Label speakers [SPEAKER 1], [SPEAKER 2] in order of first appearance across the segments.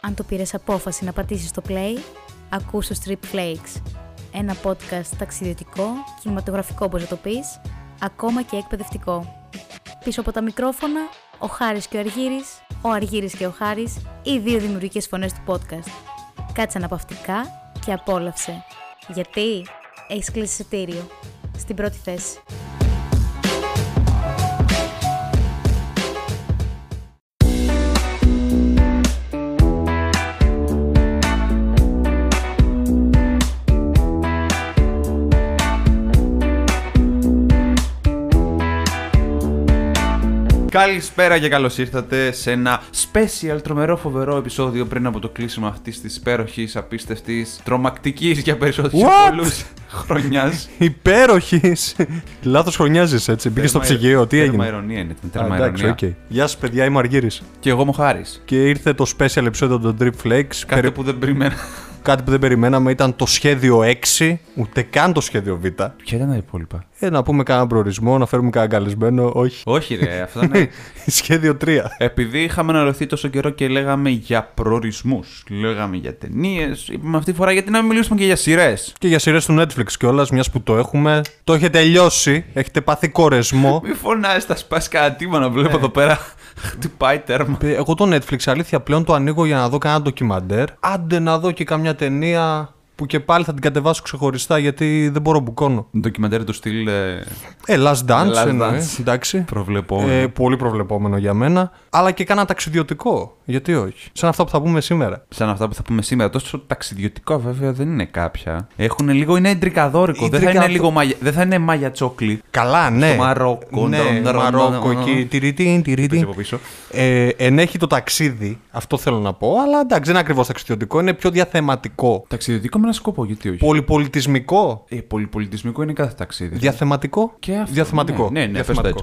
[SPEAKER 1] Αν το πήρες απόφαση να πατήσεις το play, ακούς το Strip Flakes. Ένα podcast ταξιδιωτικό, κινηματογραφικό όπως να το πεις, ακόμα και εκπαιδευτικό. Πίσω από τα μικρόφωνα, ο Χάρης και ο Αργύρης, ο Αργύρης και ο Χάρης, οι δύο δημιουργικές φωνές του podcast. Κάτσε αναπαυτικά και απόλαυσε. Γιατί έχεις κλείσει εισιτήριο. Στην πρώτη θέση.
[SPEAKER 2] Καλησπέρα και καλώς ήρθατε σε ένα special τρομερό φοβερό επεισόδιο πριν από το κλείσιμο αυτής της υπέροχης, απίστευτης, τρομακτικής για περισσότερους
[SPEAKER 3] What?
[SPEAKER 2] πολλούς χρονιάς.
[SPEAKER 3] Υπέροχης! Λάθος χρονιάζεις έτσι. Μπήκες στο ψυγείο, τι
[SPEAKER 2] Τέρμα
[SPEAKER 3] έγινε.
[SPEAKER 2] ηρωνία είναι. ήταν,
[SPEAKER 3] Α,
[SPEAKER 2] Τέρμα
[SPEAKER 3] εντάξει,
[SPEAKER 2] ηρωνία.
[SPEAKER 3] οκ. Γεια σας, παιδιά, είμαι ο Αργύρης.
[SPEAKER 2] Και εγώ μου χάρης.
[SPEAKER 3] Και ήρθε το special επεισόδιο των Drip Flakes.
[SPEAKER 2] Κάτι
[SPEAKER 3] Περι-
[SPEAKER 2] που δεν περίμενα.
[SPEAKER 3] Κάτι που δεν περιμέναμε ήταν το σχέδιο 6, ούτε καν το σχέδιο Β.
[SPEAKER 2] Ποια ήταν τα υπόλοιπα.
[SPEAKER 3] Ε, να πούμε κανένα προορισμό, να φέρουμε κανένα καλεσμένο. Όχι.
[SPEAKER 2] Όχι, ρε, αυτά είναι.
[SPEAKER 3] σχέδιο 3.
[SPEAKER 2] Επειδή είχαμε αναρωθεί τόσο καιρό και λέγαμε για προορισμούς, λέγαμε για ταινίες, είπαμε αυτή τη φορά γιατί να μην μιλήσουμε και για σειρές.
[SPEAKER 3] Και για σειρές του Netflix κιόλας, μιας που το έχουμε. Το έχετε τελειώσει, έχετε πάθει κορεσμό.
[SPEAKER 2] Μη φωνάζει, θα σπάσει κάτι να βλέπω εδώ πέρα. Χτυπάει τέρμα.
[SPEAKER 3] Ε, Εγώ το Netflix αλήθεια πλέον το ανοίγω για να δω κανένα ντοκιμαντέρ. Άντε να δω και καμιά ταινία που και πάλι θα την κατεβάσω ξεχωριστά γιατί δεν μπορώ μπουκώνω.
[SPEAKER 2] Ντοκιμαντέρ του στυλ. ε,
[SPEAKER 3] Ε, Last Dance
[SPEAKER 2] Last
[SPEAKER 3] εννοείς,
[SPEAKER 2] Dance.
[SPEAKER 3] εντάξει.
[SPEAKER 2] Προβλεπόμενο.
[SPEAKER 3] Ε, πολύ προβλεπόμενο για μένα. Αλλά και κάνα ταξιδιωτικό. Γιατί όχι. Σαν αυτά που θα πούμε σήμερα.
[SPEAKER 2] σαν αυτά που θα πούμε σήμερα. Τόσο ταξιδιωτικό βέβαια δεν είναι κάποια. Έχουν λίγο, είναι εντρικαδόρικο. Δεν θα είναι,
[SPEAKER 3] Εντρικαδο-
[SPEAKER 2] λίγο μαγια, δεν θα είναι μάγια τσόκλι.
[SPEAKER 3] Καλά, ναι.
[SPEAKER 2] Στο Μαρόκο,
[SPEAKER 3] Ναι,
[SPEAKER 2] ντον,
[SPEAKER 3] Μαρόκο
[SPEAKER 2] ντον, ντον,
[SPEAKER 3] εκεί.
[SPEAKER 2] ντον.
[SPEAKER 3] Τυρίτι,
[SPEAKER 2] Πες
[SPEAKER 3] τυρίτι.
[SPEAKER 2] από πίσω.
[SPEAKER 3] Ε, ενέχει το ταξίδι, αυτό θέλω να πω, αλλά εντάξει, δεν είναι ακριβώς ταξιδιωτικό, είναι πιο διαθεματικό.
[SPEAKER 2] Ταξιδιωτικό με ένα σκοπό, γιατί όχι.
[SPEAKER 3] Πολυπολιτισμικό,
[SPEAKER 2] Ε, πολυπολιτισμικό είναι κάθε ταξίδι.
[SPEAKER 3] Διαθεματικό.
[SPEAKER 2] Και αυτό,
[SPEAKER 3] Διαθεματικό.
[SPEAKER 2] ναι, ναι, ναι,
[SPEAKER 3] Διαθεματικό.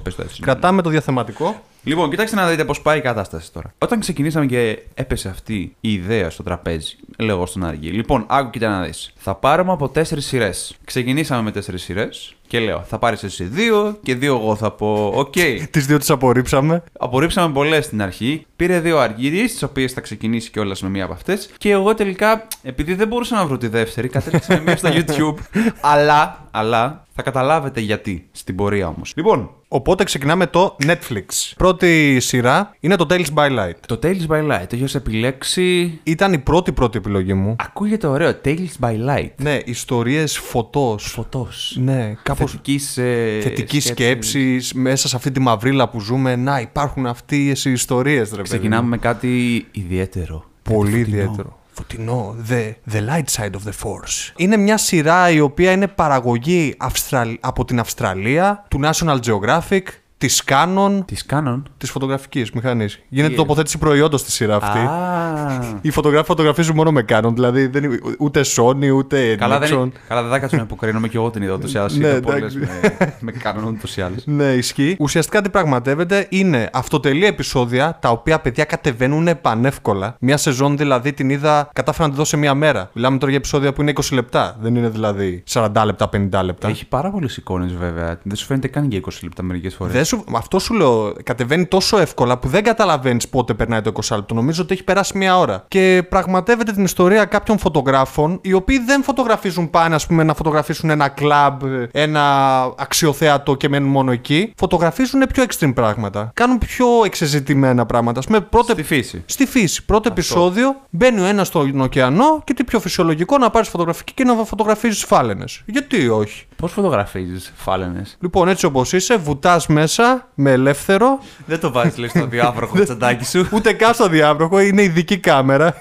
[SPEAKER 2] πες το έτσι, πες το έτσι.
[SPEAKER 3] Κρατάμε το διαθεματικό.
[SPEAKER 2] Λοιπόν, κοιτάξτε να δείτε πώς πάει η κατάσταση τώρα. Όταν ξεκινήσαμε και έπεσε αυτή η ιδέα στο τραπέζι, λέω εγώ στον Αργή. Λοιπόν, άκου κοίτα να δεις. Θα πάρουμε από τέσσερις σειρές. Ξεκινήσαμε με τέσσερις σειρές και λέω, θα πάρεις εσύ δύο και δύο εγώ θα πω. Οκ.
[SPEAKER 3] Τις δύο τις απορρίψαμε.
[SPEAKER 2] Απορρίψαμε πολλές στην αρχή. Πήρε δύο αργύριε, τις οποίες θα ξεκινήσει κιόλας με μία από αυτές. Και εγώ τελικά, επειδή δεν μπορούσα να βρω τη δεύτερη, κατέληξα με μία στα YouTube. αλλά, αλλά, θα καταλάβετε γιατί στην πορεία όμως. Λοιπόν,
[SPEAKER 3] Οπότε ξεκινάμε το Netflix. Πρώτη σειρά είναι το Tales by Light.
[SPEAKER 2] το Tales by Light. Το έχει επιλέξει.
[SPEAKER 3] Ήταν η πρώτη πρώτη επιλογή μου.
[SPEAKER 2] Ακούγεται ωραίο. Tales by Light.
[SPEAKER 3] Ναι, ιστορίες φωτός.
[SPEAKER 2] Φωτός.
[SPEAKER 3] Ναι, κάπως
[SPEAKER 2] Θετικής ε,
[SPEAKER 3] θετικής σκέψης μέσα σε αυτή τη μαυρίλα που ζούμε. Να υπάρχουν αυτές οι ιστορίες, ρε παιδί.
[SPEAKER 2] Ξεκινάμε με κάτι ιδιαίτερο.
[SPEAKER 3] Πολύ ιδιαίτερο. Φωτεινό. The, the light side of the force. Είναι μια σειρά η οποία είναι παραγωγή Αυστραλ... από την Αυστραλία, του National Geographic, της Canon,
[SPEAKER 2] Της Canon.
[SPEAKER 3] της φωτογραφικής μηχανής. Γίνεται τοποθέτηση προϊόντος στη σειρά αυτή.
[SPEAKER 2] Α.
[SPEAKER 3] Οι φωτογράφοι φωτογραφίζουν μόνο με Canon, δηλαδή δεν, είναι ούτε Sony, ούτε
[SPEAKER 2] Καλά δεν,
[SPEAKER 3] Nixon.
[SPEAKER 2] είναι- καλά δεν θα κάτσω να υποκρίνομαι και εγώ την είδα ούτως ή άλλως.
[SPEAKER 3] Ναι,
[SPEAKER 2] Είδα πολλές
[SPEAKER 3] εντάξει.
[SPEAKER 2] με, με κάνουν ούτως ή άλλως.
[SPEAKER 3] Ναι, ισχύει. Ουσιαστικά τι πραγματεύεται είναι αυτοτελή επεισόδια τα οποία παιδιά κατεβαίνουν πανεύκολα. Μια σεζόν δηλαδή την είδα, κατάφερα να τη δω σε μία μέρα. Μιλάμε τώρα για επεισόδια που είναι 20 λεπτά. Δεν είναι δηλαδή 40 λεπτά, 50 λεπτά.
[SPEAKER 2] Έχει πάρα πολλές εικόνες βέβαια. Δεν σου φαίνεται καν για 20 λεπτά μερικές φορές.
[SPEAKER 3] Δεν σου, αυτό σου λέω, κατεβαίνει τόσο εύκολα που δεν καταλαβαίνεις πότε περνάει το 20 λεπτό. Νομίζω ότι έχει περάσει μία ώρα. Και πραγματεύεται την ιστορία κάποιων φωτογράφων, οι οποίοι δεν φωτογραφίζουν πάνε, ας πούμε, να φωτογραφίσουν ένα κλαμπ, ένα αξιοθέατο και μένουν μόνο εκεί. Φωτογραφίζουν πιο extreme πράγματα. Κάνουν πιο εξεζητημένα πράγματα. Ας πούμε, πρώτο
[SPEAKER 2] Στη φύση.
[SPEAKER 3] Στη φύση. Πρώτο επεισόδιο μπαίνει ο ένας στον ωκεανό και τι πιο φυσιολογικό να πάρεις φωτογραφική και να φωτογραφίζεις φάλαινες. Γιατί όχι.
[SPEAKER 2] Πώς φωτογραφίζεις φάλαινες.
[SPEAKER 3] Λοιπόν, έτσι όπως είσαι, βουτάς μέσα με ελεύθερο.
[SPEAKER 2] Δεν το βάζεις λες στο διάβροχο τσαντάκι σου.
[SPEAKER 3] Ούτε καν στο διάβροχο, είναι ειδική κάμερα.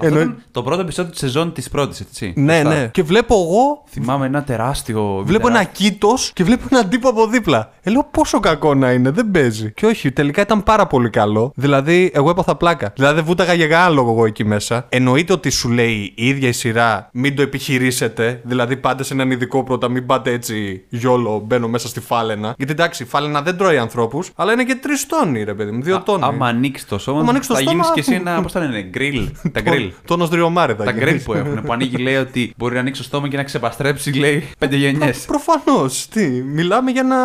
[SPEAKER 3] Εννοεί-
[SPEAKER 2] το πρώτο επεισόδιο της σεζόν της πρώτης, έτσι.
[SPEAKER 3] Ναι,
[SPEAKER 2] Σωστά.
[SPEAKER 3] ναι. Και βλέπω εγώ,
[SPEAKER 2] Θυμάμαι ένα τεράστιο.
[SPEAKER 3] βλέπω ένα
[SPEAKER 2] τεράστιο-
[SPEAKER 3] κήτος και βλέπω έναν τύπο από δίπλα. Ε, λέω πόσο κακό να είναι, δεν παίζει. Και όχι, τελικά ήταν πάρα πολύ καλό. Δηλαδή, εγώ έπαθα πλάκα. Δηλαδή, δεν βούταγα για κανένα λόγο εγώ εκεί μέσα. Εννοείται ότι σου λέει η ίδια η σειρά, μην το επιχειρήσετε. Δηλαδή, πάτε σε έναν ειδικό πρώτα, μην πάτε έτσι γιόλο, μπαίνω μέσα στη φάλαινα. Γιατί εντάξει, η φάλαινα δεν τρώει ανθρώπους, αλλά είναι και τρεις τόνοι, ρε παιδί μου, δύο τόνοι.
[SPEAKER 2] Άμα ανοίξει το σώμα,
[SPEAKER 3] Άμα ανοίξεις το
[SPEAKER 2] θα
[SPEAKER 3] στόμα-
[SPEAKER 2] γίνει και εσύ ένα. Πώς τα λένε, γκριλ. Τα γκριλ.
[SPEAKER 3] Τόνος δριομάρε θα
[SPEAKER 2] Τα
[SPEAKER 3] γίνεις.
[SPEAKER 2] γκριλ που έχουν. Που ανοίγει, λέει ότι μπορεί να ανοίξει το στόμα και να ξεπαστρέψει, λέει, πέντε γενιές.
[SPEAKER 3] Προφανώς. Τι, μιλάμε για ένα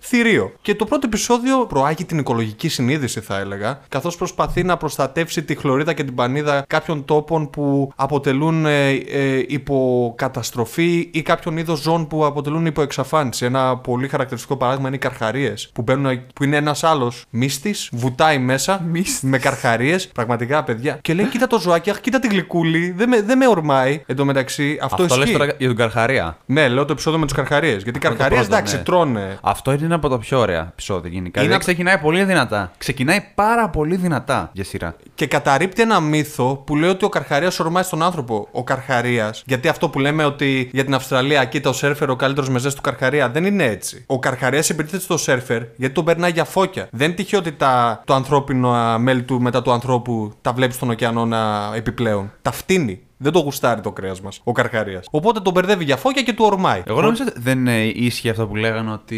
[SPEAKER 3] θηρίο. Και το πρώτο επεισόδιο προάγει την οικολογική συνείδηση, θα έλεγα, καθώς προσπαθεί να προστατεύσει τη χλωρίδα και την πανίδα κάποιων τόπων που αποτελούν ε, ε, υποκαταστροφή ή κάποιον είδος ζώων που αποτελούν υποεξαφάνιση. Ένα πολύ χαρακτηριστικό παράδειγμα είναι οι καρχαρίες, που, μπαίνουν- που είναι ένας άλλος μύστης, βουτάει μέσα με καρχαρίες, πραγματικά παιδιά, και λέει: Κοίτα το ζωάκι, αχ, κοίτα τη γλυκούλη, δεν με, δεν με ορμάει. Εν τω μεταξύ, αυτό,
[SPEAKER 2] Αυτό λες
[SPEAKER 3] ισχύει.
[SPEAKER 2] τώρα για τον Καρχαρία.
[SPEAKER 3] Ναι, λέω το επεισόδιο με του καρχαρίες. Γιατί οι
[SPEAKER 2] το
[SPEAKER 3] καρχαρίε,
[SPEAKER 2] πρώτο,
[SPEAKER 3] εντάξει,
[SPEAKER 2] ναι.
[SPEAKER 3] τρώνε.
[SPEAKER 2] Αυτό είναι ένα από τα πιο ωραία επεισόδια γενικά.
[SPEAKER 3] Είναι
[SPEAKER 2] Είναι...
[SPEAKER 3] απ'
[SPEAKER 2] ξεκινάει πολύ δυνατά. Ξεκινάει πάρα πολύ δυνατά για σειρά.
[SPEAKER 3] Και καταρρύπτει ένα μύθο που λέει ότι ο καρχαρίας ορμάει στον άνθρωπο. Ο καρχαρίας. Γιατί αυτό που λέμε ότι για την Αυστραλία, κοίτα ο σερφερ, ο καλύτερος μεζές του καρχαρία. Δεν είναι έτσι. Ο καρχαρίας επιτίθεται στο σερφερ γιατί τον περνάει για φώκια. Δεν είναι τυχαίο ότι τα, το ανθρώπινο α, μέλη του μετά του ανθρώπου τα βλέπεις στον ωκεανό να επιπλέον. Τα φτύνει. Δεν το γουστάρει το κρέας μας. Ο καρχαρία. Οπότε τον μπερδεύει για φώκια και του ορμάει.
[SPEAKER 2] Εγώ νομίζω ότι δεν ε, ίσχυε αυτό που λέγανε ότι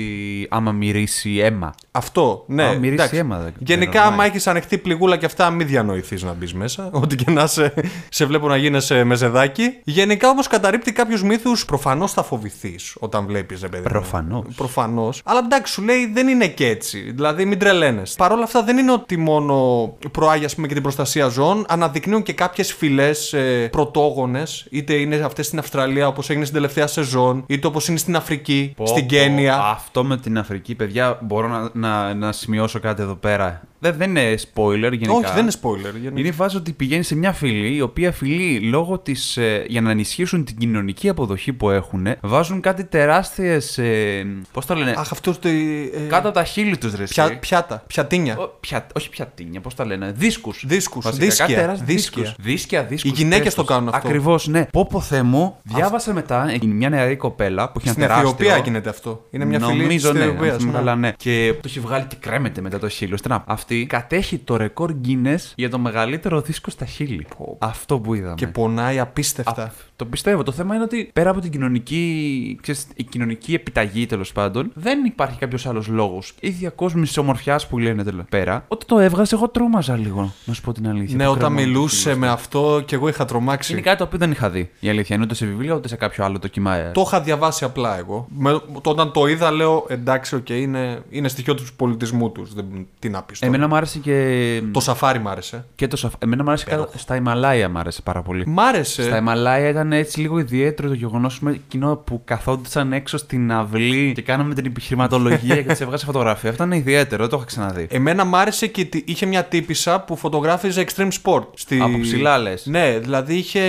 [SPEAKER 2] άμα μυρίσει αίμα.
[SPEAKER 3] Αυτό, ναι.
[SPEAKER 2] Α, μυρίζει
[SPEAKER 3] εντάξει.
[SPEAKER 2] αίμα, δεν- Ναι. δεν
[SPEAKER 3] Γενικά, άμα
[SPEAKER 2] ορμάει.
[SPEAKER 3] έχεις ανοιχτή πληγούλα και αυτά, μην διανοηθείς να μπεις μέσα. Ό,τι και να σε, σε βλέπω να γίνεσαι μεζεδάκι. Γενικά, όμως, καταρρύπτει κάποιους μύθους. Προφανώς θα φοβηθείς όταν βλέπεις, ρε παιδί. μου.
[SPEAKER 2] Προφανώς.
[SPEAKER 3] Προφανώς. Αλλά εντάξει, σου λέει δεν είναι και έτσι. Δηλαδή, μην τρελαίνεσαι. Παρ' όλα αυτά, δεν είναι ότι μόνο προάγει ας πούμε, και την προστασία ζώων. Αναδεικνύουν και κάποιες φυλές ε, πρωτόγονες. Είτε είναι αυτές στην Αυστραλία, όπως έγινε στην τελευταία σεζόν, είτε όπως είναι στην Αφρική, στην Κένια.
[SPEAKER 2] Αυτό με την Αφρική, παιδιά, μπορώ να, να, να σημειώσω κάτι εδώ πέρα. Δεν, δεν είναι spoiler γενικά.
[SPEAKER 3] Όχι, δεν είναι spoiler. γενικά.
[SPEAKER 2] Είναι η φάση ότι πηγαίνει σε μια φυλή, η οποία φυλή, λόγω της, ε, για να ενισχύσουν την κοινωνική αποδοχή που έχουν, βάζουν κάτι τεράστιες. Ε, Πώς το λένε,
[SPEAKER 3] Αχ, αυτό το. Ε,
[SPEAKER 2] κάτω από τα χείλη τους ρε. εσύ.
[SPEAKER 3] πια, πιάτα, πιατίνια.
[SPEAKER 2] Ο- πια- όχι πιατίνια, πώς τα λένε. Δίσκους.
[SPEAKER 3] Δίσκους, δίσκια, δίσκια.
[SPEAKER 2] Δίσκια, δίσκους,
[SPEAKER 3] Οι γυναίκες
[SPEAKER 2] τέστος.
[SPEAKER 3] το κάνουν αυτό.
[SPEAKER 2] Ακριβώς, ναι. Πω πω Θεέ μου, διάβασα μετά ε, μια νεαρή κοπέλα που είχε
[SPEAKER 3] Στην
[SPEAKER 2] ένα τεράστιο.
[SPEAKER 3] Αιθιοπία γίνεται αυτό. Είναι μια φυλή
[SPEAKER 2] Νομίζω,
[SPEAKER 3] της
[SPEAKER 2] ναι,
[SPEAKER 3] Αιθιοπίας,
[SPEAKER 2] αν θυμάμαι
[SPEAKER 3] ναι.
[SPEAKER 2] καλά, ναι. Και το έχει βγάλει και κρέμεται μετά το χείλο. Στενά. Αυτή κατέχει το ρεκόρ Guinness για το μεγαλύτερο δίσκο στα χείλη. Αυτό που είδαμε.
[SPEAKER 3] Και πονάει απίστευτα.
[SPEAKER 2] Α, το πιστεύω. Το θέμα είναι ότι πέρα από την κοινωνική, ξέρεις, η κοινωνική επιταγή τέλος πάντων, δεν υπάρχει κάποιος άλλος λόγος. Η διακόσμησης ομορφιάς που λένε τέλος πέρα. Όταν το έβγαζε, εγώ τρόμαζα λίγο. Να σου πω την αλήθεια.
[SPEAKER 3] ναι,
[SPEAKER 2] Το
[SPEAKER 3] όταν
[SPEAKER 2] κρέμο μου,
[SPEAKER 3] μιλούσε
[SPEAKER 2] φίλος.
[SPEAKER 3] με αυτό και εγώ είχα τρομάξει.
[SPEAKER 2] Είναι κάτι το οποίο δεν είχα δει. Η αλήθεια είναι ούτε σε βιβλία ούτε σε κάποιο άλλο δοκιμάριο.
[SPEAKER 3] Το είχα διαβάσει απλά εγώ. Με, το, όταν το είδα, λέω εντάξει, οκ, είναι, είναι στοιχείο του πολιτισμού τους. Τι να πεις.
[SPEAKER 2] Εμένα μου άρεσε και.
[SPEAKER 3] Το σαφάρι μ' άρεσε.
[SPEAKER 2] και το σαφ- Εμένα μου άρεσε κάτω... στα Ιμαλάια μου άρεσε πάρα πολύ.
[SPEAKER 3] Μ' άρεσε.
[SPEAKER 2] Στα Ιμαλάια ήταν έτσι λίγο ιδιαίτερο το γεγονός με κοινό που καθόντουσαν έξω στην αυλή και κάναμε την επιχειρηματολογία και τη έβγαζε φωτογραφία. Αυτό είναι ιδιαίτερο, δεν το είχα ξαναδεί.
[SPEAKER 3] Εμένα μ' άρεσε και τη- είχε μια τύπησα που φωτογράφιζε extreme sport. Στη...
[SPEAKER 2] Από ψηλά, λες.
[SPEAKER 3] Ναι, δηλαδή είχε.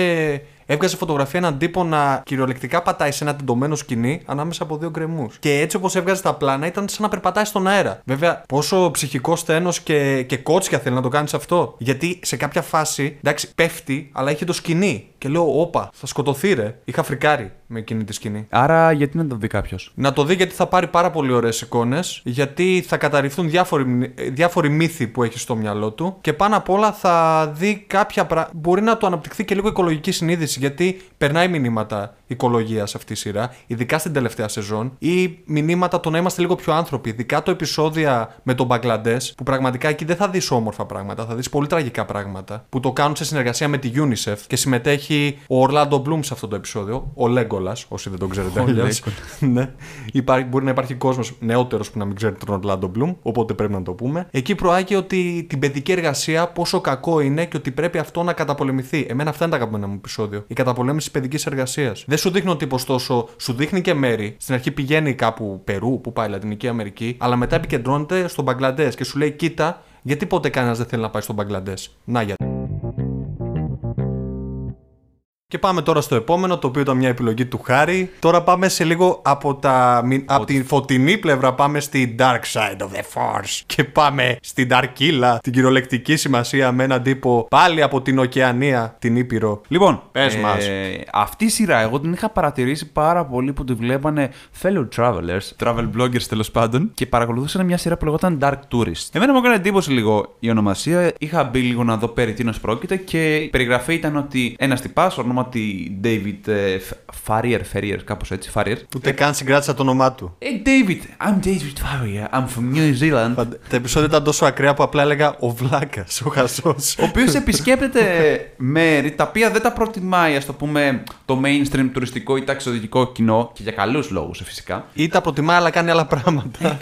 [SPEAKER 3] Έβγαζε φωτογραφία έναν τύπο να κυριολεκτικά πατάει σε ένα τεντωμένο σκηνή ανάμεσα από δύο γκρεμούς. Και έτσι όπως έβγαζε τα πλάνα ήταν σαν να περπατάει στον αέρα. Βέβαια, πόσο ψυχικό στένος και, και κότσια θέλει να το κάνεις αυτό. Γιατί σε κάποια φάση, εντάξει, πέφτει, αλλά είχε το σκηνή. Και λέω, Όπα, θα σκοτωθεί ρε. Είχα φρικάρει με εκείνη τη σκηνή.
[SPEAKER 2] Άρα γιατί να το δει κάποιος.
[SPEAKER 3] Να το δει γιατί θα πάρει πάρα πολύ ωραίες εικόνες, γιατί θα καταρριφθούν διάφοροι, μυ- ε, διάφοροι μύθοι που έχει στο μυαλό του και πάνω απ' όλα θα δει κάποια πράγματα. Μπορεί να του αναπτυχθεί και λίγο οικολογική συνείδηση, γιατί περνάει μηνύματα οικολογίας αυτή η σειρά, ειδικά στην τελευταία σεζόν, ή μηνύματα το να είμαστε λίγο πιο άνθρωποι, ειδικά το επεισόδια με τον Μπαγκλαντές, που πραγματικά εκεί δεν θα δεις όμορφα πράγματα, θα δεις πολύ τραγικά πράγματα, που το κάνουν σε συνεργασία με τη UNICEF και συμμετέχει ο Ορλάντο Μπλουμ σε αυτό το επεισόδιο, ο Λέγκολα, όσοι δεν τον ξέρετε
[SPEAKER 2] Ο
[SPEAKER 3] αλλιώς. ναι. Υπά- μπορεί να υπάρχει κόσμος νεότερος που να μην ξέρει τον Ορλάντο Μπλουμ, οπότε πρέπει να το πούμε. Εκεί προάγει ότι την παιδική εργασία πόσο κακό είναι και ότι πρέπει αυτό να καταπολεμηθεί. Εμένα αυτά είναι τα αγαπημένα μου επεισόδιο. Η καταπολέμηση της παιδικής εργασίας. Δεν σου δείχνει ο τύπος τόσο, σου δείχνει και μέρη. Στην αρχή πηγαίνει κάπου Περού, που πάει Λατινική Αμερική, αλλά μετά επικεντρώνεται στον Μπαγκλαντές και σου λέει: Κοίτα, γιατί ποτέ κανένας δεν θέλει να πάει στον Μπαγκλαντές. Να γιατί. Και πάμε τώρα στο επόμενο, το οποίο ήταν μια επιλογή του Χάρη. Τώρα πάμε σε λίγο από, τα, μι- από τη φωτεινή πλευρά, πάμε στη dark side of the force. Και πάμε στην Ταρκύλα, την κυριολεκτική σημασία με έναν τύπο πάλι από την ωκεανία, την Ήπειρο.
[SPEAKER 2] Λοιπόν,
[SPEAKER 3] Πες μας.
[SPEAKER 2] αυτή η σειρά εγώ την είχα παρατηρήσει πάρα πολύ που τη βλέπανε fellow travelers, travel bloggers τέλος πάντων, και παρακολουθούσαν μια σειρά που λεγόταν Dark Tourist. Εμένα μου έκανε εντύπωση λίγο η ονομασία. Είχα μπει λίγο να δω περί τίνος πρόκειται και η περιγραφή ήταν ότι ένας τυπάς, ονόματι David ε, F- Farrier, Ferrier, κάπως έτσι, Farrier.
[SPEAKER 3] Ούτε καν συγκράτησα το όνομά του.
[SPEAKER 2] Hey David, I'm David Farrier, I'm from New Zealand.
[SPEAKER 3] Φαντα- Τα επεισόδια ήταν τόσο ακραία που απλά έλεγα ο βλάκας, ο χαζός.
[SPEAKER 2] ο οποίος επισκέπτεται μέρη τα οποία δεν τα προτιμάει, ας το πούμε, το mainstream τουριστικό ή ταξιδιωτικό κοινό και για καλούς λόγους φυσικά.
[SPEAKER 3] Ή τα προτιμά, αλλά κάνει άλλα πράγματα.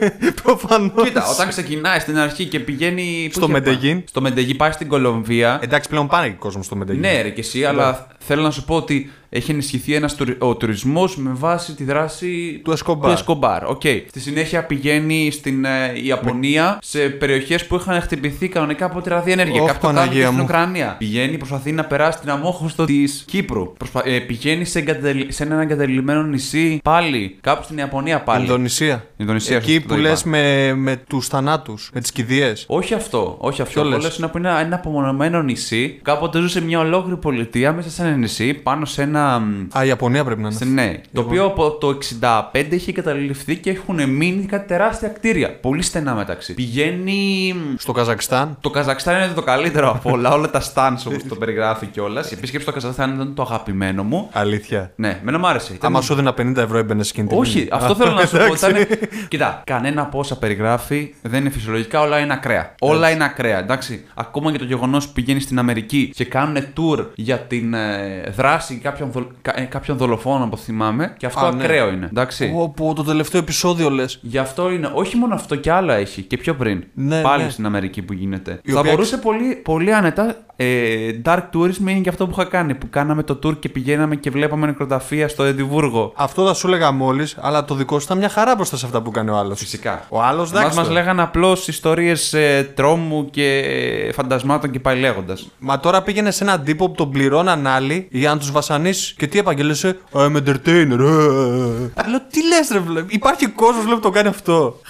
[SPEAKER 3] Ε, Προφανώς.
[SPEAKER 2] Κοίτα, όταν ξεκινάει στην αρχή και πηγαίνει. πού
[SPEAKER 3] Στο
[SPEAKER 2] είχε πάει?
[SPEAKER 3] Medellín.
[SPEAKER 2] Στο Μεντεγίν πάει στην Κολομβία.
[SPEAKER 3] Εντάξει, πλέον πάνε και κόσμος στο Μεντεγίν.
[SPEAKER 2] ναι, ρε και εσύ, αλλά θέλω να σου πω ότι έχει ενισχυθεί ένας τουρι- ο τουρισμός με βάση τη δράση
[SPEAKER 3] Του Εσκομπάρ.
[SPEAKER 2] Του Εσκομπάρ. Οκ. Στη συνέχεια πηγαίνει στην ε, Ιαπωνία σε περιοχές που είχαν χτυπηθεί κανονικά από τυραδία ενέργεια.
[SPEAKER 3] Ναι. Ωχ,
[SPEAKER 2] Κάποιοι το κάνουν και
[SPEAKER 3] Παναγία
[SPEAKER 2] στην
[SPEAKER 3] μου.
[SPEAKER 2] Ουκρανία. Πηγαίνει, προσπαθεί να περάσει την αμόχωστο της Κύπρου. Προσπα... ε, πηγαίνει σε, εγκατελ- σε ένα εγκαταλειμμένο νησί πάλι. Κάπου στην Ιαπωνία πάλι.
[SPEAKER 3] Ινδονησία.
[SPEAKER 2] Ινδονησία,
[SPEAKER 3] Εκεί
[SPEAKER 2] σωστά το
[SPEAKER 3] που
[SPEAKER 2] είπα.
[SPEAKER 3] λες με, με τους θανάτους, με τις κηδείες.
[SPEAKER 2] Όχι αυτό, όχι αυτό.
[SPEAKER 3] Ποιο λες?
[SPEAKER 2] Όλε είναι από ένα, ένα απομονωμένο νησί. Κάποτε ζούσε μια ολόκληρη πολιτεία μέσα σε ένα νησί, πάνω σε ένα. μ,
[SPEAKER 3] Α, η Ιαπωνία πρέπει να είναι.
[SPEAKER 2] σε- ναι, το οποίο από το 65 έχει καταληφθεί και έχουν μείνει κάτι τεράστια κτίρια. Πολύ στενά μεταξύ. Πηγαίνει. μ,
[SPEAKER 3] Στο Καζακστάν.
[SPEAKER 2] Το Καζακστάν είναι το καλύτερο από όλα, όλα τα στάνς όπως το περιγράφει κιόλας. Η επίσκεψη στο Καζακστάν ήταν το αγαπημένο μου.
[SPEAKER 3] Αλήθεια.
[SPEAKER 2] Ναι, μένα μου άρεσε. Ήταν-
[SPEAKER 3] Άμα σου έδινα 50 ευρώ έμπαινες εκείνη τη
[SPEAKER 2] όχι,
[SPEAKER 3] μήνυμα.
[SPEAKER 2] αυτό θέλω να σου πω.
[SPEAKER 3] εντάξει.
[SPEAKER 2] Ήταν... Κοίτα, κανένα από όσα περιγράφει δεν είναι φυσιολογικά, όλα είναι ακραία. Όλα είναι ακραία, εντάξει. Ακόμα και το γεγονός που πηγαίνει στην Αμερική και κάνουν tour για την ε, δράση κάποιων, δολ... κα- ε, κάποιων δολοφόνων, από ό,τι θυμάμαι, και αυτό
[SPEAKER 3] Α, ναι.
[SPEAKER 2] ακραίο είναι, εντάξει.
[SPEAKER 3] Όπου το τελευταίο επεισόδιο λες.
[SPEAKER 2] Γι' αυτό είναι, όχι μόνο αυτό και άλλα έχει και πιο πριν.
[SPEAKER 3] Ναι,
[SPEAKER 2] Πάλι
[SPEAKER 3] ναι.
[SPEAKER 2] στην Αμερική που γίνεται.
[SPEAKER 3] Η
[SPEAKER 2] θα
[SPEAKER 3] οποία
[SPEAKER 2] μπορούσε πολύ, πολύ άνετα. Ε, dark tourism είναι και αυτό που είχα κάνει. Που κάναμε το tour και πηγαίναμε και βλέπαμε νεκροταφεία στο Εδιμβούργο.
[SPEAKER 3] Αυτό θα σου λέγα μόλις, αλλά το δικό σου ήταν μια χαρά μπροστά σε αυτά που κάνει ο άλλος.
[SPEAKER 2] Φυσικά.
[SPEAKER 3] Ο άλλος
[SPEAKER 2] Μας
[SPEAKER 3] εντάξει.
[SPEAKER 2] μας
[SPEAKER 3] τώρα.
[SPEAKER 2] λέγανε απλώς ιστορίες τρόμου και ε, φαντασμάτων και πάει λέγοντας.
[SPEAKER 3] Μα τώρα πήγαινε σε έναν τύπο που τον πληρώναν άλλοι για να τους βασανίσει. Και τι επαγγέλεσαι. I'm entertainer. ε. Λέω τι λες, ρε βλέ. Υπάρχει κόσμος βλέπει το κάνει αυτό.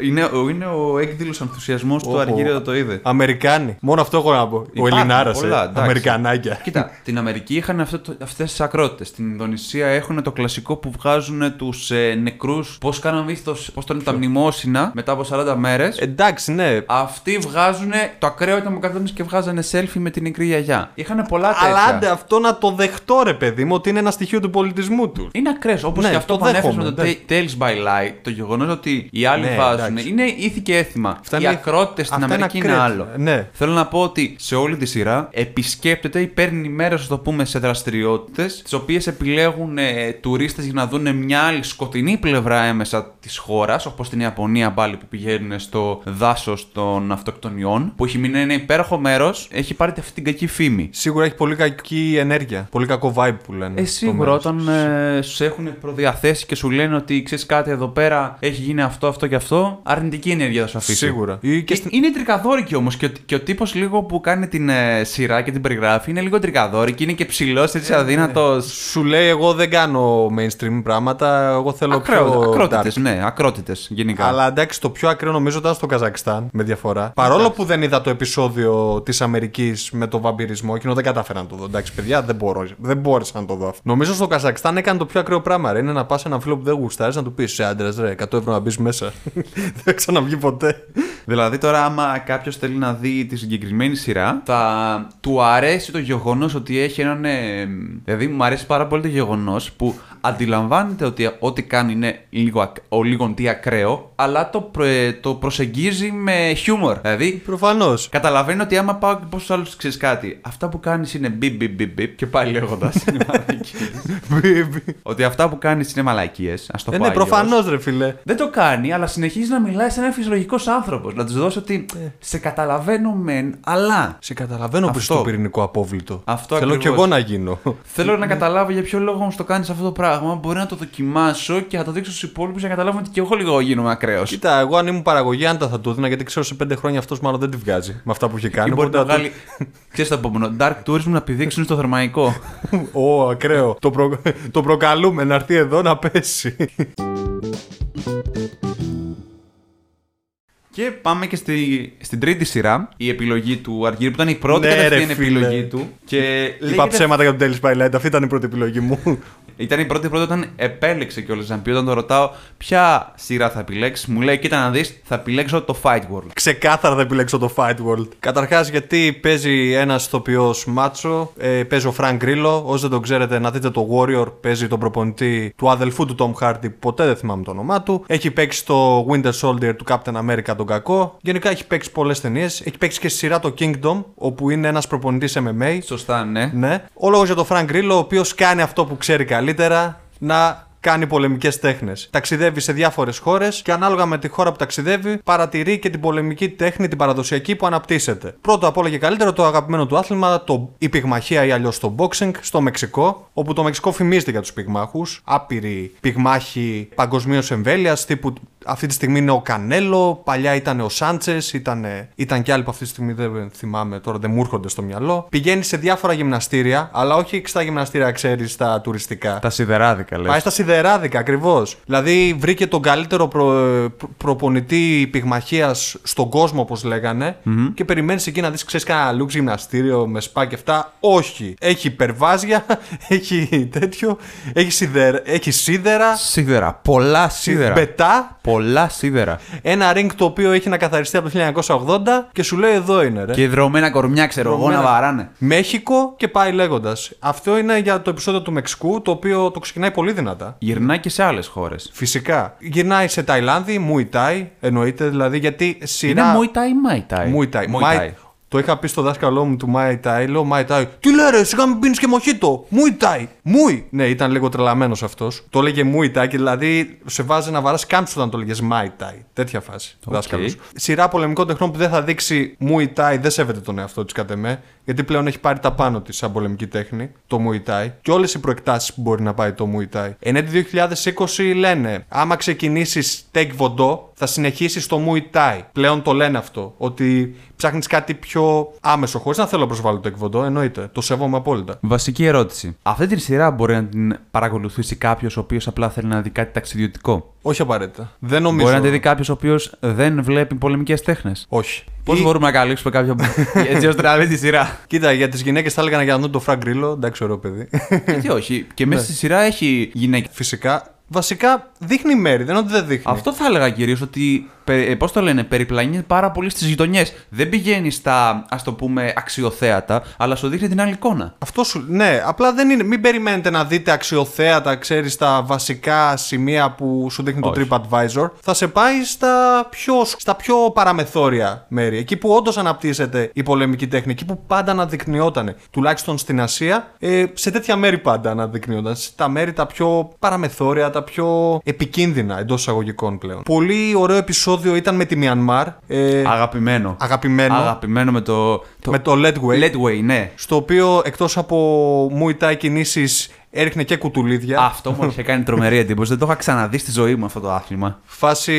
[SPEAKER 2] Είναι, ο- είναι ο έκδηλος ενθουσιασμός του
[SPEAKER 3] Όπο.
[SPEAKER 2] Αργύριο το είδε.
[SPEAKER 3] Αμερικάνοι. Μόνο αυτό έχω να πω. Ο
[SPEAKER 2] Υπάρχουν
[SPEAKER 3] Ελληνάρας.
[SPEAKER 2] πολλά, εντάξει.
[SPEAKER 3] Αμερικανάκια.
[SPEAKER 2] Κοίτα, την Αμερική είχαν αυτές τις ακρότητες. Στην Ινδονησία έχουν το κλασικό που βγάζουν τους ε, νεκρούς. Πώς κάναν βήθο, πώ τον τα μνημόσυνα μετά από 40 μέρες.
[SPEAKER 3] Εντάξει, ναι.
[SPEAKER 2] Αυτοί βγάζουν. Το ακραίο ήταν που καθόταν και βγάζανε selfie με την νεκρή γιαγιά. Είχαν πολλά τέτοια.
[SPEAKER 3] Αλλά άντε αυτό να το δεχτώ, ρε παιδί μου, ότι είναι ένα στοιχείο του πολιτισμού τους.
[SPEAKER 2] Είναι ακραίες, Όπως
[SPEAKER 3] Ναι,
[SPEAKER 2] και αυτό
[SPEAKER 3] το
[SPEAKER 2] που ανέφερες με
[SPEAKER 3] δέχομαι,
[SPEAKER 2] το Tales by Light, το γεγονός ότι οι άλλοι
[SPEAKER 3] Ναι,
[SPEAKER 2] βάζουν.
[SPEAKER 3] εντάξει.
[SPEAKER 2] Είναι ήθη και έθιμα.
[SPEAKER 3] Αυτά
[SPEAKER 2] οι
[SPEAKER 3] είναι-
[SPEAKER 2] ακρότητε στην
[SPEAKER 3] αυτά είναι
[SPEAKER 2] Αμερική είναι,
[SPEAKER 3] ακραίες,
[SPEAKER 2] άλλο.
[SPEAKER 3] ναι.
[SPEAKER 2] Θέλω να πω ότι σε όλη τη σειρά επισκέπτεται ή παίρνει μέρος, ας το πούμε, σε δραστηριότητες, τις οποίες επιλέγουν ε, τουρίστες για να δουν μια άλλη σκοτεινή πλευρά έμεσα της χώρας, όπως στην Ιαπωνία πάλι που πηγαίνουν στο δάσος των αυτοκτονιών, που έχει μείνει ένα υπέροχο μέρος, έχει πάρει αυτή την κακή φήμη.
[SPEAKER 3] Σίγουρα έχει πολύ κακή ενέργεια. Πολύ κακό vibe που λένε.
[SPEAKER 2] Ε,
[SPEAKER 3] το
[SPEAKER 2] σίγουρα,
[SPEAKER 3] μέρος.
[SPEAKER 2] όταν ε, σου έχουν προδιαθέσει και σου λένε ότι ξέρεις κάτι εδώ πέρα έχει γίνει αυτό, αυτό και αυτό, αρνητική ενέργεια θα σου αφήσει.
[SPEAKER 3] Σίγουρα.
[SPEAKER 2] Ή
[SPEAKER 3] Ή
[SPEAKER 2] και
[SPEAKER 3] και
[SPEAKER 2] ε,
[SPEAKER 3] στην-
[SPEAKER 2] Είναι τρικαδόρικη όμως και, ο- και ο τύπος λίγο που κάνει την ε, σειρά και την περιγράφει είναι λίγο τρικαδόρικη, είναι και ψηλός,
[SPEAKER 3] Ε,
[SPEAKER 2] έτσι αδύνατος.
[SPEAKER 3] Σου λέει, εγώ δεν κάνω mainstream πράγματα. Εγώ θέλω πιο. dark.
[SPEAKER 2] Ακρότητες, ναι, ακρότητες γενικά.
[SPEAKER 3] ναι. Αλλά εντάξει, το πιο ακραίο νομίζω ήταν στο Καζακστάν, με διαφορά. Παρόλο που δεν είδα το επεισόδιο της Αμερικής με το βαμπυρισμό, εκείνο δεν κατάφερα να το δω. Εντάξει, παιδιά, δεν, μπορώ, δεν μπόρεσα να το δω αυτό. Νομίζω στο Καζακστάν έκανε το πιο ακραίο πράγμα. Ρε. Είναι να πας σε έναν φίλο που δεν γουστάρεις να του πεις σε άντρα, ρε, 100 ευρώ να μπεις μέσα. δεν ξαναβγεί ποτέ.
[SPEAKER 2] Δηλαδή τώρα άμα κάποιος θέλει να δει τη συγκεκριμένη σειρά θα του αρέσει το γεγονός ότι έχει έναν... ε, δηλαδή μου αρέσει πάρα πολύ το γεγονός που αντιλαμβάνεται ότι ό,τι κάνει είναι λίγο, ακ- ο λίγον τι ακραίο αλλά το, προε- το προσεγγίζει με χιούμορ. Δηλαδή
[SPEAKER 3] Προφανώς.
[SPEAKER 2] καταλαβαίνει ότι άμα πάω και πω στους άλλους ξέρεις κάτι αυτά που κάνεις είναι μπιπ μπιπ μπιπ μπιπ και πάει λέγοντας είναι μαλακίες.
[SPEAKER 3] Ε,
[SPEAKER 2] ότι αυτά που κάνεις είναι μαλακίες ας το πω
[SPEAKER 3] Είναι
[SPEAKER 2] αλλιώς.
[SPEAKER 3] προφανώς, ναι, ρε φίλε.
[SPEAKER 2] Δεν το κάνει, αλλά συνεχίζει να μιλάει σαν ένα φυσιολογικός άνθρωπος. Να τους δώσει ότι σε καταλαβαίνω μεν, αλλά
[SPEAKER 3] Σε καταλαβαίνω
[SPEAKER 2] Αυτό.
[SPEAKER 3] πίσω το πυρηνικό απόβλητο.
[SPEAKER 2] Αυτό
[SPEAKER 3] Θέλω κι
[SPEAKER 2] ακριβώς.
[SPEAKER 3] εγώ να γίνω.
[SPEAKER 2] θέλω να καταλάβω για ποιο λόγο μου το κάνεις αυτό το πράγμα. Μπορεί να το δοκιμάσω και θα το δείξω στους υπόλοιπους για να καταλάβουν ότι και εγώ λίγο γίνομαι ακραίος.
[SPEAKER 3] Κοίτα, εγώ αν ήμουν παραγωγή, αν τα θα του έδινα, γιατί ξέρω σε πέντε χρόνια αυτός μάλλον δεν τη βγάζει με αυτά που είχε κάνει.
[SPEAKER 2] Ή μπορεί
[SPEAKER 3] οπότε
[SPEAKER 2] να
[SPEAKER 3] θα του-
[SPEAKER 2] βγάλει. Ξέρεις το επόμενο. Dark tourism να πηδήξουν στο θερμαϊκό.
[SPEAKER 3] Ω, ακραίο. το, προ- το προκαλούμε να έρθει εδώ να πέσει.
[SPEAKER 2] Και πάμε και στη, στην τρίτη σειρά. Η επιλογή του Αργύρη, που ήταν η πρώτη
[SPEAKER 3] Ναι, ρε,
[SPEAKER 2] κατευθείαν
[SPEAKER 3] φίλε.
[SPEAKER 2] επιλογή του. Και
[SPEAKER 3] Είπα
[SPEAKER 2] λέγεται-
[SPEAKER 3] ψέματα για τον Τέλης Σπαϊλάιντ. Αυτή ήταν η πρώτη επιλογή μου.
[SPEAKER 2] Ήταν η πρώτη πρώτη όταν επέλεξε κιόλας να πει. Όταν το ρωτάω ποια σειρά θα επιλέξεις, μου λέει: Κοίτα να δεις, θα επιλέξω το Fight World.
[SPEAKER 3] Ξεκάθαρα θα επιλέξω το Fight World. Καταρχάς, γιατί παίζει ένας ηθοποιό μάτσο, ε, παίζει ο Φρανκ Γκρίλο. Όσοι δεν τον ξέρετε, να δείτε το Warrior, παίζει τον προπονητή του αδελφού του Tom Hardy, ποτέ δεν θυμάμαι το όνομά του. Έχει παίξει το Winter Soldier του Captain America τον κακό. Γενικά έχει παίξει πολλές ταινίες. Έχει παίξει και στη σειρά το Kingdom, όπου είναι ένας προπονητής MMA.
[SPEAKER 2] Σωστά, ναι.
[SPEAKER 3] Ναι. Ο λόγος για τον Φρανκ Γκρίλο, ο οποίος κάνει αυτό που ξέρει καλύτερα, να κάνει πολεμικές τέχνες. Ταξιδεύει σε διάφορες χώρες και ανάλογα με τη χώρα που ταξιδεύει, παρατηρεί και την πολεμική τέχνη, την παραδοσιακή που αναπτύσσεται. Πρώτο απ' όλα και καλύτερο το αγαπημένο του άθλημα, το, η πυγμαχία ή αλλιώς το boxing, στο Μεξικό, όπου το Μεξικό φημίζεται για τους πυγμάχους. Άπειροι πυγμάχοι παγκοσμίως εμβέλειας, τύπου αυτή τη στιγμή είναι ο Κανέλο, παλιά ήταν ο Σάντσες, ήταν, ήταν και άλλοι που αυτή τη στιγμή δεν θυμάμαι τώρα, δεν μου έρχονται στο μυαλό. Πηγαίνει σε διάφορα γυμναστήρια, αλλά όχι στα γυμναστήρια, ξέρεις, τα τουριστικά.
[SPEAKER 2] Τα σιδεράδικα, λες.
[SPEAKER 3] Πάει στα σιδεράδικα ακριβώς. Δηλαδή βρήκε τον καλύτερο προ, προ- προπονητή πυγμαχίας στον κόσμο, όπως και περιμένεις εκεί να δεις, ξέρεις, κανένα λουξ γυμναστήριο με σπα και αυτά. Όχι. Έχει υπερβάζια, έχει τέτοιο, έχει, σιδερα, έχει σίδερα,
[SPEAKER 2] Σίδερα. Πολλά σίδερα.
[SPEAKER 3] μπετά.
[SPEAKER 2] Πολλά σίδερα.
[SPEAKER 3] Ένα ring το οποίο έχει να καθαριστεί από το 1980 και σου λέει εδώ είναι, ρε.
[SPEAKER 2] Και δρομένα κορμιά, ξέρω εγώ, να
[SPEAKER 3] Δρομένα.
[SPEAKER 2] βαράνε.
[SPEAKER 3] Μέχικο και πάει λέγοντας. Αυτό είναι για το επεισόδιο του Μεξικού, το οποίο το ξεκινάει πολύ δυνατά.
[SPEAKER 2] Γυρνάει και σε άλλες χώρες.
[SPEAKER 3] Φυσικά. Γυρνάει σε Ταϊλάνδη, Μουιτάι, εννοείται δηλαδή, γιατί
[SPEAKER 2] Είναι
[SPEAKER 3] σειρά.
[SPEAKER 2] Muay Thai ή Muay Thai.
[SPEAKER 3] Muay Thai.
[SPEAKER 2] Muay
[SPEAKER 3] Muay-
[SPEAKER 2] Thai.
[SPEAKER 3] Το είχα πει στο δάσκαλό μου του Muay Thai, λέω Muay Thai. Τι λέει ρε, σιγά μην πίνεις και μοχίτο. Muay Thai. Μουι. Ναι, ήταν λίγο τρελαμένος αυτός. Το λέγε Muay Thai και δηλαδή σε βάζει να βαράς κάμψη όταν το λέγες Muay Thai. Τέτοια φάση.
[SPEAKER 2] Οκ.
[SPEAKER 3] Okay. Δάσκαλος. Σειρά πολεμικών τεχνών που δεν θα δείξει Muay Thai, δεν σέβεται τον εαυτό της κατά με, γιατί πλέον έχει πάρει τα πάνω της σαν πολεμική τέχνη, το Muay Thai και όλες οι προεκτάσεις που μπορεί να πάει το Muay Thai. Εν έτη 2020 λένε, άμα ξεκινήσεις Taekwondo, θα συνεχίσεις το Muay Thai. Πλέον το λένε αυτό, ότι ψάχνεις κάτι πιο άμεσο, χωρίς να θέλω να προσβάλλω το Taekwondo, εννοείται, το σέβομαι απόλυτα.
[SPEAKER 2] Βασική ερώτηση. Αυτή τη σειρά μπορεί να την παρακολουθήσει κάποιος ο οποίος απλά θέλει να δει κάτι ταξιδιωτικό.
[SPEAKER 3] Όχι απαραίτητα. Δεν νομίζω.
[SPEAKER 2] Μπορεί να τη δει κάποιος ο οποίος δεν βλέπει πολεμικές τέχνες.
[SPEAKER 3] Όχι.
[SPEAKER 2] Πώς
[SPEAKER 3] Ή-
[SPEAKER 2] μπορούμε να καλύψουμε κάποια. έτσι ώστε να δει τη σειρά.
[SPEAKER 3] Κοίτα, για τις γυναίκες θα έλεγα να γιανούν το Frank Grillo, εντάξει ωραίο παιδί.
[SPEAKER 2] Γιατί όχι. Και
[SPEAKER 3] Ναι.
[SPEAKER 2] μέσα στη σειρά έχει γυναίκες.
[SPEAKER 3] Φυσικά, βασικά δείχνει μέρη, δεν είναι ότι δεν δείχνει.
[SPEAKER 2] Αυτό θα έλεγα κυρίως ότι. Πώς το λένε, περιπλανιέται πάρα πολύ στις γειτονιές. Δεν πηγαίνεις στα ας το πούμε αξιοθέατα, αλλά σου δείχνει την άλλη εικόνα.
[SPEAKER 3] Αυτό σου. Ναι, απλά δεν είναι. Μην περιμένετε να δείτε αξιοθέατα, ξέρεις τα βασικά σημεία που σου δείχνει
[SPEAKER 2] Όχι.
[SPEAKER 3] το TripAdvisor. Θα σε πάει στα πιο, στα πιο παραμεθόρια μέρη. Εκεί που όντως αναπτύσσεται η πολεμική τέχνη. Εκεί που πάντα αναδεικνυόταν. Τουλάχιστον στην Ασία, ε, σε τέτοια μέρη πάντα αναδεικνύονταν. Στα μέρη τα πιο παραμεθόρια, τα πιο επικίνδυνα εντός εισαγωγικών πλέον. Πολύ ωραίο επεισόδιο ήταν με τη Μιανμάρ. Ε,
[SPEAKER 2] Αγαπημένο.
[SPEAKER 3] αγαπημένο.
[SPEAKER 2] Αγαπημένο με το.
[SPEAKER 3] με το Letway
[SPEAKER 2] Letway, ναι.
[SPEAKER 3] στο οποίο εκτός από Muay Thai κινήσεις έριχνε και κουτουλίδια.
[SPEAKER 2] Αυτό μου είχε κάνει τρομερή εντύπωση. Δεν το είχα ξαναδεί στη ζωή μου αυτό το άθλημα.
[SPEAKER 3] Φάση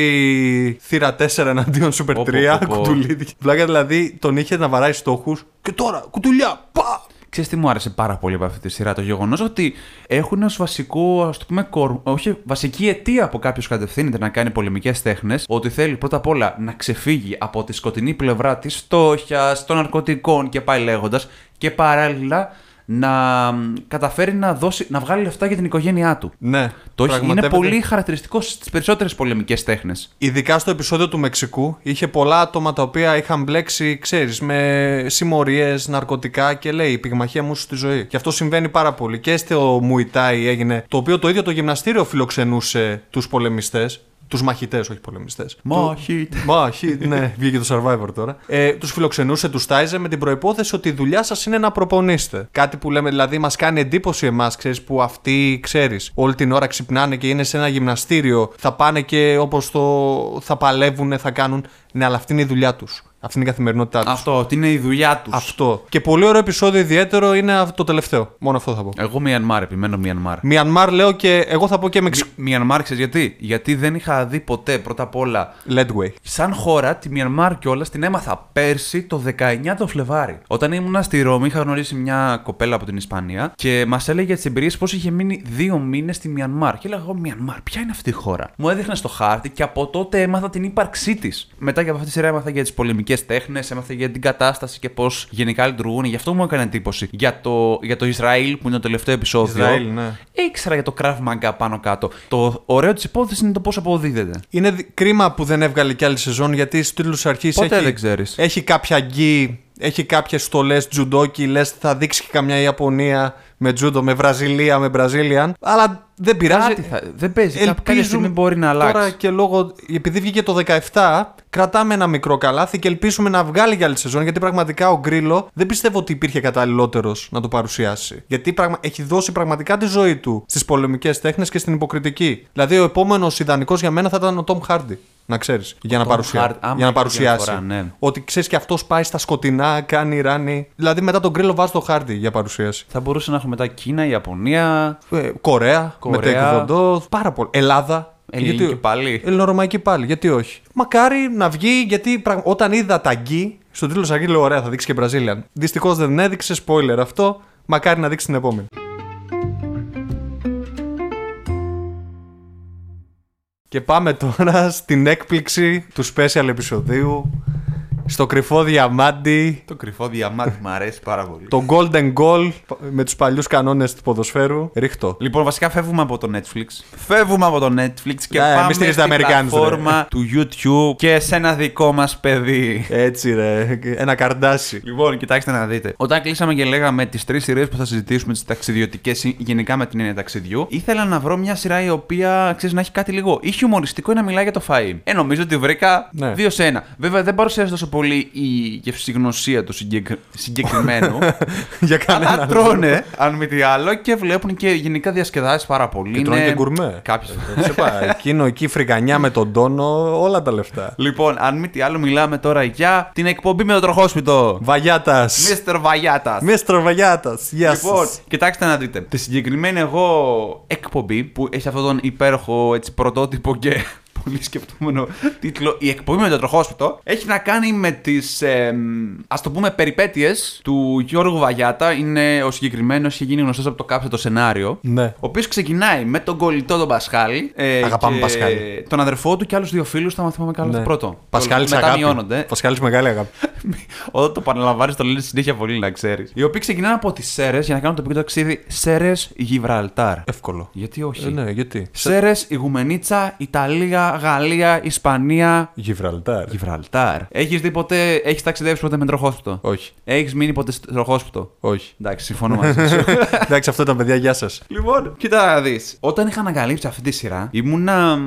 [SPEAKER 3] θύρα 4 εναντίον Super
[SPEAKER 2] Πω, πω,
[SPEAKER 3] 3,
[SPEAKER 2] πω, πω.
[SPEAKER 3] κουτουλίδια. Βλάκα δηλαδή τον είχε να βαράει στόχους και τώρα κουτουλιά, πα!
[SPEAKER 2] Ξέρεις τι μου άρεσε πάρα πολύ από αυτή τη σειρά, το γεγονός ότι έχουν ως βασικό, ας το πούμε, κορ... όχι, βασική αιτία που κάποιος κατευθύνεται να κάνει πολεμικές τέχνες, ότι θέλει πρώτα απ' όλα να ξεφύγει από τη σκοτεινή πλευρά της φτώχειας, των ναρκωτικών και πάει λέγοντας, και παράλληλα να μ, καταφέρει να, δώσει, να βγάλει λεφτά για την οικογένειά του.
[SPEAKER 3] Ναι,
[SPEAKER 2] Το έχει- είναι
[SPEAKER 3] πραγματεύεται.
[SPEAKER 2] πολύ χαρακτηριστικό στις περισσότερες πολεμικές τέχνες.
[SPEAKER 3] Ειδικά στο επεισόδιο του Μεξικού, είχε πολλά άτομα τα οποία είχαν μπλέξει, ξέρεις, με συμμορίες, ναρκωτικά και λέει: Η πυγμαχία μου σου στη ζωή. Και αυτό συμβαίνει πάρα πολύ. Και στο Μουιτάι έγινε, το οποίο το ίδιο το γυμναστήριο φιλοξενούσε τους πολεμιστές. Τους μαχητές, όχι πολεμιστές.
[SPEAKER 2] Μάχη.
[SPEAKER 3] Μάχη, ναι, βγήκε το survivor τώρα. Ε, τους φιλοξενούσε, τους τάιζε με την προπόθεση ότι η δουλειά σας είναι να προπονείστε. Κάτι που λέμε, δηλαδή, μας κάνει εντύπωση εμάς, ξέρεις, που αυτοί, ξέρεις, όλη την ώρα ξυπνάνε και είναι σε ένα γυμναστήριο, θα πάνε και όπως το. θα παλεύουν, θα κάνουν. Ναι, αλλά αυτή είναι η δουλειά τους. Αυτή είναι η καθημερινότητά τους.
[SPEAKER 2] Αυτό, ότι είναι η δουλειά τους.
[SPEAKER 3] Αυτό. Και πολύ ωραίο επεισόδιο ιδιαίτερο είναι αυ- το τελευταίο. Μόνο αυτό θα πω.
[SPEAKER 2] Εγώ Μιανμάρ, επιμένω Μιανμάρ.
[SPEAKER 3] Μιανμάρ λέω και εγώ θα πω και με
[SPEAKER 2] Μι- Μιανμάρ, ξέρεις γιατί. Γιατί δεν είχα δει ποτέ πρώτα απ' όλα.
[SPEAKER 3] Ledway.
[SPEAKER 2] Σαν χώρα, τη Μιανμάρ κιόλας την έμαθα πέρσι το 19 το Φλεβάρι. Όταν ήμουνα στη Ρώμη, είχα γνωρίσει μια κοπέλα από την Ισπανία και μας έλεγε τις εμπειρίες πώς είχε μείνει δύο μήνες στη Μιανμάρ. Και έλεγα εγώ, Μιανμάρ, ποια είναι αυτή η χώρα. Μου έδειχνε στο χάρτη και από τότε έμαθα την ύπαρξή της. Μετά και από αυτή τη σειρά έμαθα για τις πολεμικές τέχνε, έμαθα για την κατάσταση και πώς γενικά λειτουργούν. Γι' αυτό μου έκανε εντύπωση. Για το, για το Ισραήλ που είναι το τελευταίο επεισόδιο.
[SPEAKER 3] Ισραήλ, ναι.
[SPEAKER 2] Ήξερα για το Krav Maga πάνω κάτω. Το ωραίο της υπόθεσης είναι το πώς αποδίδεται.
[SPEAKER 3] Είναι δι- κρίμα που δεν έβγαλε κι άλλη σεζόν γιατί στου τίτλου αρχής
[SPEAKER 2] Ποτέ
[SPEAKER 3] έχει,
[SPEAKER 2] δεν ξέρεις.
[SPEAKER 3] έχει κάποια γκί, έχει κάποιες στολές τζουντόκι, λες θα δείξει και καμιά Ιαπωνία με τζούντο, με Βραζιλία, με Μπραζίλιαν. Αλλά δεν πειράζει.
[SPEAKER 2] Κάτι θα- δεν παίζει. Κάποια- Κάποια στιγμή μπορεί να αλλάξει.
[SPEAKER 3] Τώρα και λόγω. Επειδή βγήκε το 17, κρατάμε ένα μικρό καλάθι και ελπίζουμε να βγάλει για άλλη σεζόν. Γιατί πραγματικά ο Γκρίλο δεν πιστεύω ότι υπήρχε καταλληλότερος να το παρουσιάσει. Γιατί πραγμα... έχει δώσει πραγματικά τη ζωή του στις πολεμικές τέχνες και στην υποκριτική. Δηλαδή, ο επόμενος ιδανικός για μένα θα ήταν ο Τόμ Χάρντι. Να ξέρεις. Για, να
[SPEAKER 2] Tom
[SPEAKER 3] παρουσια...
[SPEAKER 2] Hardy, άμα
[SPEAKER 3] για να
[SPEAKER 2] έχεις
[SPEAKER 3] παρουσιάσει.
[SPEAKER 2] διαφορά, ναι.
[SPEAKER 3] Ότι ξέρεις και αυτός πάει στα σκοτεινά, κάνει ράνι. Δηλαδή, μετά τον Γκρίλο βάζει το Χάρντι για παρουσίαση.
[SPEAKER 2] Θα μπορούσε να έχουμε μετά Κίνα, Ιαπωνία.
[SPEAKER 3] Ε, Κορέα,
[SPEAKER 2] Κορέα.
[SPEAKER 3] με τεκβοντό, πάρα πολύ. Ελλάδα.
[SPEAKER 2] Ελληνική πάλι.
[SPEAKER 3] Ελληνορωμαϊκή πάλι, γιατί όχι. Μακάρι να βγει, γιατί πραγ- όταν είδα τα γκί, στον τίτλο σαν γκί λέω: Ωραία, θα δείξει και Brazilian. Δυστυχώς δεν έδειξε, spoiler αυτό. Μακάρι να δείξει την επόμενη. Και πάμε τώρα στην έκπληξη του special επεισοδίου. Στο κρυφό διαμάντι,
[SPEAKER 2] Το κρυφό διαμάτι μου αρέσει πάρα πολύ.
[SPEAKER 3] το golden goal με τους παλιούς κανόνες του ποδοσφαίρου. Ρίχτω.
[SPEAKER 2] Λοιπόν, βασικά φεύγουμε από το Netflix. Φεύγουμε από το Netflix και
[SPEAKER 3] Ναι, μη
[SPEAKER 2] πάμε
[SPEAKER 3] στηρίζετε
[SPEAKER 2] στην
[SPEAKER 3] Αμερικάνους, ρε.
[SPEAKER 2] πλατφόρμα του YouTube και σε ένα δικό μας παιδί.
[SPEAKER 3] Έτσι ρε, ένα καρντάσι.
[SPEAKER 2] Λοιπόν, κοιτάξτε να δείτε. Όταν κλείσαμε και λέγαμε τις τρεις σειρές που θα συζητήσουμε, τις ταξιδιωτικές, γενικά με την έννοια ταξιδιού, ήθελα να βρω μια σειρά η οποία ξέρεις να έχει κάτι λίγο ή χιουμοριστικό ή να μιλάει για το φαΐ. Ε, νομίζω ότι βρήκα
[SPEAKER 3] Ναι.
[SPEAKER 2] δύο σε ένα. Βέβαια, δεν παρουσιάζει τόσο πολύ η γευσηγνωσία του συγκεκ- συγκεκριμένου.
[SPEAKER 3] Για κανένα
[SPEAKER 2] Αλλά τρώνε, αν μη τι άλλο, και βλέπουν και γενικά διασκεδάζει πάρα πολύ.
[SPEAKER 3] Και τρώνε και γκουρμέ.
[SPEAKER 2] Κάποιοι.
[SPEAKER 3] Σε πάει. Ε, Εκείνο εκεί φρικανιά με τον τόνο, όλα τα λεφτά.
[SPEAKER 2] λοιπόν, αν μη τι άλλο, μιλάμε τώρα για την εκπομπή με το τροχόσπιτο.
[SPEAKER 3] Βαγιάτας.
[SPEAKER 2] Μίστερ Βαγιάτας.
[SPEAKER 3] Μίστρο Βαγιάτας. Γεια σας.
[SPEAKER 2] Λοιπόν, κοιτάξτε να δείτε. Τη συγκεκριμένη εγώ εκπομπή που έχει αυτόν τον υπέροχο έτσι, πρωτότυπο και πολύ σκεπτόμενο τίτλο Η εκπομπή με το τροχόσπιτο έχει να κάνει με τις ας το πούμε περιπέτειες του Γιώργου Βαγιάτα. Είναι ο συγκεκριμένος, είχε γίνει γνωστός από το κάψε το σενάριο.
[SPEAKER 3] Ναι.
[SPEAKER 2] Ο οποίος ξεκινάει με τον κολλητό τον Πασχάλη. ε,
[SPEAKER 3] Αγαπάμε
[SPEAKER 2] και
[SPEAKER 3] Πασχάλη.
[SPEAKER 2] Τον αδερφό του και άλλους δύο φίλους, θα μαθαίνουμε καλά
[SPEAKER 3] Ναι.
[SPEAKER 2] το Λοιπόν, πρώτο.
[SPEAKER 3] Πασχάλης
[SPEAKER 2] Μετά
[SPEAKER 3] αγάπη.
[SPEAKER 2] μειώνονται.
[SPEAKER 3] Πασχάλης μεγάλη αγάπη.
[SPEAKER 2] Όταν το επαναλαμβάνει, το λένε συνέχεια πολύ, να ξέρεις. Οι οποίοι ξεκινάνε από τις Σέρες για να κάνουν το πικρό ταξίδι Σέρες Γιβραλτάρ.
[SPEAKER 3] Εύκολο.
[SPEAKER 2] Γιατί όχι.
[SPEAKER 3] Ε, ναι, γιατί.
[SPEAKER 2] Σέρες, Ιγουμενίτσα, Ιταλία, Γαλλία, Ισπανία.
[SPEAKER 3] Γιβραλτάρ.
[SPEAKER 2] Γιβραλτάρ. Έχεις δει ποτέ, έχεις ταξιδέψει ποτέ με τροχόσπιτο.
[SPEAKER 3] Όχι.
[SPEAKER 2] Έχεις μείνει ποτέ στο τροχόσπιτο.
[SPEAKER 3] Όχι.
[SPEAKER 2] Εντάξει, συμφωνώ μαζί σου.
[SPEAKER 3] Εντάξει, αυτό ήταν παιδιά, γεια σας.
[SPEAKER 2] Λοιπόν, κοίτα να δεις. Όταν είχα ανακαλύψει αυτή τη σειρά, ήμουνα μ,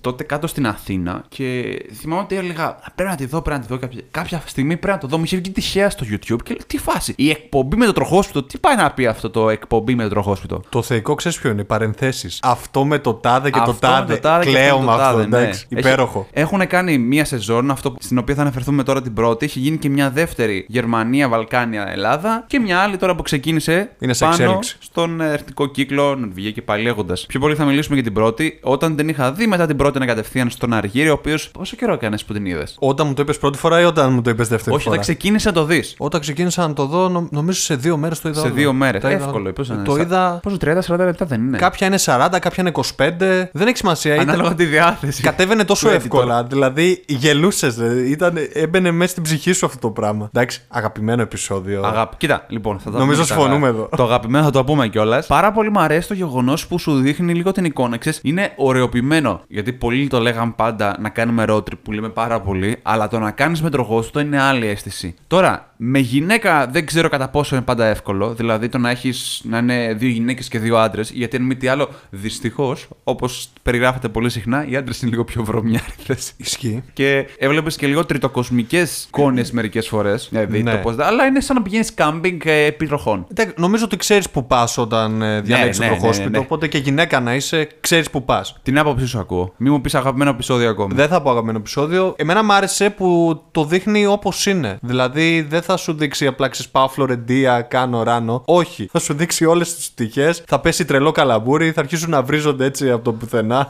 [SPEAKER 2] τότε κάτω στην Αθήνα και θυμάμαι ότι έλεγα πρέπει να τη δω, πρέπει να τη δω κάποια, κάποια στιγμή. Πρέπει να το δω. Μου είχε βγει τυχαία στο YouTube και λέω τι φάση. Η εκπομπή με το τροχόσπιτο, τι πάει να πει αυτό το εκπομπή με το τροχόσπιτο.
[SPEAKER 3] Το θεϊκό ξέρεις ποιο είναι, παρενθέσεις. Αυτό με το τάδε και το
[SPEAKER 2] Αυτό με
[SPEAKER 3] τάδε.
[SPEAKER 2] και
[SPEAKER 3] Κλαίω
[SPEAKER 2] με
[SPEAKER 3] με
[SPEAKER 2] το
[SPEAKER 3] αυτό.
[SPEAKER 2] τάδε, ναι.
[SPEAKER 3] Εντάξει,
[SPEAKER 2] Έχει-
[SPEAKER 3] υπέροχο.
[SPEAKER 2] Έχουν κάνει μία σεζόν, αυτό που- στην οποία θα αναφερθούμε τώρα την πρώτη. Έχει γίνει και μια δεύτερη Γερμανία, Βαλκάνια, Ελλάδα. Και μια άλλη τώρα που ξεκίνησε
[SPEAKER 3] Είναι σε
[SPEAKER 2] πάνω
[SPEAKER 3] εξέλιξη.
[SPEAKER 2] στον ε, ερθικό κύκλο Νορβηγία και πάλι λέγοντα. Πιο πολύ θα μιλήσουμε για την πρώτη. Όταν την είχα δει, μετά την πρώτη να κατευθείαν στον Αργύριο, ο οποίος. Πόσο καιρό έκανες που την είδες.
[SPEAKER 3] Όταν μου το είπες πρώτη φορά ή όταν μου το είπες δεύτερη
[SPEAKER 2] Όχι,
[SPEAKER 3] φορά.
[SPEAKER 2] όταν ξεκίνησε να το δεις.
[SPEAKER 3] Όταν ξεκίνησα να το δω, νο- νομίζω σε δύο μέρες το είδα.
[SPEAKER 2] Σε
[SPEAKER 3] όλο.
[SPEAKER 2] δύο μέρες.
[SPEAKER 3] Τα είδα
[SPEAKER 2] Εύκολο. ναι,
[SPEAKER 3] όλα.
[SPEAKER 2] πώς είναι,
[SPEAKER 3] Το
[SPEAKER 2] στα-
[SPEAKER 3] είδα.
[SPEAKER 2] Πόσο 30-40 λεπτά δεν είναι.
[SPEAKER 3] Κάποια είναι 40, κάποια είναι 25. Δεν έχει σημασία. ήταν-
[SPEAKER 2] Ανάλογα τη διάθεση.
[SPEAKER 3] Κατέβαινε τόσο
[SPEAKER 2] Του editor.
[SPEAKER 3] εύκολα. Δηλαδή γελούσες. Ήταν... Έμπαινε μέσα στην ψυχή σου αυτό το πράγμα. Εντάξει, αγαπημένο επεισόδιο.
[SPEAKER 2] Αγάπη. Κοίτα, λοιπόν, θα τα
[SPEAKER 3] Νομίζω
[SPEAKER 2] πούμε και τα
[SPEAKER 3] συμφωνούμε
[SPEAKER 2] αγάπη.
[SPEAKER 3] εδώ.
[SPEAKER 2] Το αγαπημένο θα το πούμε κιόλας. Πάρα πολύ μου αρέσει το γεγονός που σου δείχνει λίγο την εικόνα. Ξέρεις, είναι ωραιοποιημένο. Γιατί πολλοί το λέγαν πάντα να κάνουμε road trip που λέμε πάρα πολύ, αλλά το να κάνεις με τροχό σου, το είναι άλλη αίσθηση. Τώρα, Με γυναίκα δεν ξέρω κατά πόσο είναι πάντα εύκολο. Δηλαδή το να έχεις να είναι δύο γυναίκες και δύο άντρες. Γιατί αν μη τι άλλο, δυστυχώς, όπως περιγράφεται πολύ συχνά, οι άντρες είναι λίγο πιο βρωμιάριδες.
[SPEAKER 3] Ισχύει.
[SPEAKER 2] Και έβλεπες και λίγο τριτοκοσμικές κόνε μερικές φορές. Δηλαδή,
[SPEAKER 3] Ναι.
[SPEAKER 2] το πώς- Αλλά είναι σαν να πηγαίνεις κάμπινγκ ε, επί τροχών.
[SPEAKER 3] Εντάξει, νομίζω ότι ξέρεις που πας όταν ε, διαλέξεις
[SPEAKER 2] ναι,
[SPEAKER 3] το
[SPEAKER 2] ναι,
[SPEAKER 3] προχώσπιτο.
[SPEAKER 2] ναι, ναι.
[SPEAKER 3] Οπότε και γυναίκα να είσαι, ξέρεις που πας.
[SPEAKER 2] Την άποψή σου ακούω. Μη μου πεις αγαπημένο επεισόδιο ακόμα.
[SPEAKER 3] Δεν θα πω αγαπημένο επεισόδιο. Εμένα μου άρεσε που το δείχνει όπως είναι. Δηλαδή δεν θα σου δείξει απλά ξέρει πάω Φλωρεντία, κάνω ράνο. Όχι. Θα σου δείξει όλες τις πτυχέ. Θα πέσει τρελό καλαμπούρι, θα αρχίσουν να βρίζονται έτσι από το πουθενά.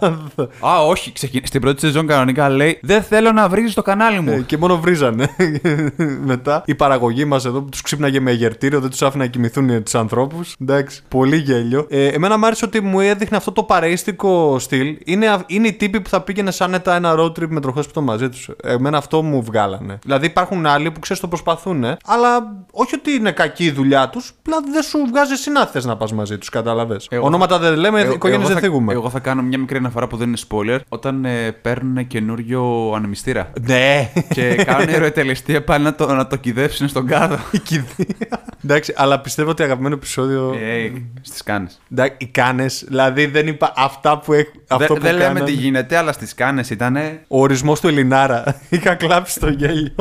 [SPEAKER 2] Α, όχι. Ξεκι... Στην πρώτη σεζόν κανονικά λέει Δεν θέλω να βρει το κανάλι
[SPEAKER 3] Ε,
[SPEAKER 2] μου.
[SPEAKER 3] και μόνο βρίζανε. Μετά η παραγωγή μας εδώ που τους ξύπναγε με γερτήριο, δεν τους άφηνε να κοιμηθούν τους ανθρώπους. Εντάξει, πολύ γέλιο. Ε, εμένα μου άρεσε ότι μου έδειχνε αυτό το παρείστικο στυλ. Είναι, α- είναι οι τύποι που θα πήγαινε άνετα ένα road trip με τροχόσπιτο μαζί του. Εμένα αυτό μου βγάλανε. Δηλαδή υπάρχουν άλλοι που ξέρεις το προσπαθούν, αλλά όχι ότι είναι κακή η δουλειά τους, απλά δεν σου βγάζει εσύ να θε να πας μαζί τους, κατάλαβες.
[SPEAKER 2] Εγώ-
[SPEAKER 3] Ονόματα δεν λέμε,
[SPEAKER 2] Εγώ-
[SPEAKER 3] οικογένειες
[SPEAKER 2] εγώ
[SPEAKER 3] δεν
[SPEAKER 2] θα-
[SPEAKER 3] θίγουμε.
[SPEAKER 2] Εγώ θα κάνω μια μικρή αναφορά που δεν είναι spoiler. Όταν ε, παίρνουν καινούριο ανεμιστήρα
[SPEAKER 3] Ναι.
[SPEAKER 2] και κάνουν ερωτελεστία πάλι να το, να το κυδεύσουν στον κάδο.
[SPEAKER 3] Η κηδεία. Εντάξει, αλλά πιστεύω ότι αγαπημένο επεισόδιο.
[SPEAKER 2] Ε, στι κάνει.
[SPEAKER 3] Εντάξει, οι κάνες, δηλαδή δεν είπα αυτά που έχουν.
[SPEAKER 2] Δεν
[SPEAKER 3] αυτό που
[SPEAKER 2] δεν λέμε
[SPEAKER 3] κάνανε.
[SPEAKER 2] τι γίνεται, αλλά στις κάνες ήταν.
[SPEAKER 3] Ο ορισμός του Ελληνάρα. Είχα κλάψει το γέλιο.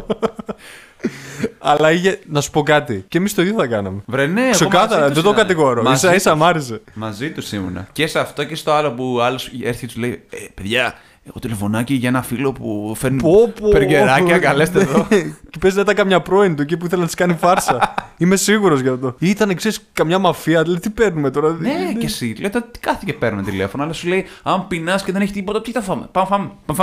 [SPEAKER 3] Αλλά είχε. Να σου πω κάτι. Και εμείς το ίδιο θα κάναμε.
[SPEAKER 2] Βρε, ναι, εγώ
[SPEAKER 3] Ξεκάθαρα,
[SPEAKER 2] μαζί τους
[SPEAKER 3] δεν το
[SPEAKER 2] ήταν.
[SPEAKER 3] κατηγορώ.
[SPEAKER 2] Μαζί
[SPEAKER 3] σα ίσα μ' άρεσε.
[SPEAKER 2] Μαζί τους ήμουνα. Και σε αυτό και στο άλλο που άλλος έρχεται και τους λέει: «Ε, Παιδιά, έχω τηλεφωνάκι για ένα φίλο που φέρνει
[SPEAKER 3] Πω, πω.
[SPEAKER 2] περγκεράκια. Καλέστε εδώ.
[SPEAKER 3] Ναι. και πες να ήταν καμιά πρώην του εκεί που ήθελε να της κάνει φάρσα. Είμαι σίγουρος γι' αυτό. Ή ήταν, ξέρεις, καμιά μαφία. Λέει, τι παίρνουμε τώρα.
[SPEAKER 2] Ναι, και εσύ. Λέω τώρα τι κάθε και παίρνω τηλέφωνο, αλλά σου λέει: Αν πεινάς και δεν έχεις τίποτα, τι θα φάμε. Πάμε, φάμε. Πάμε,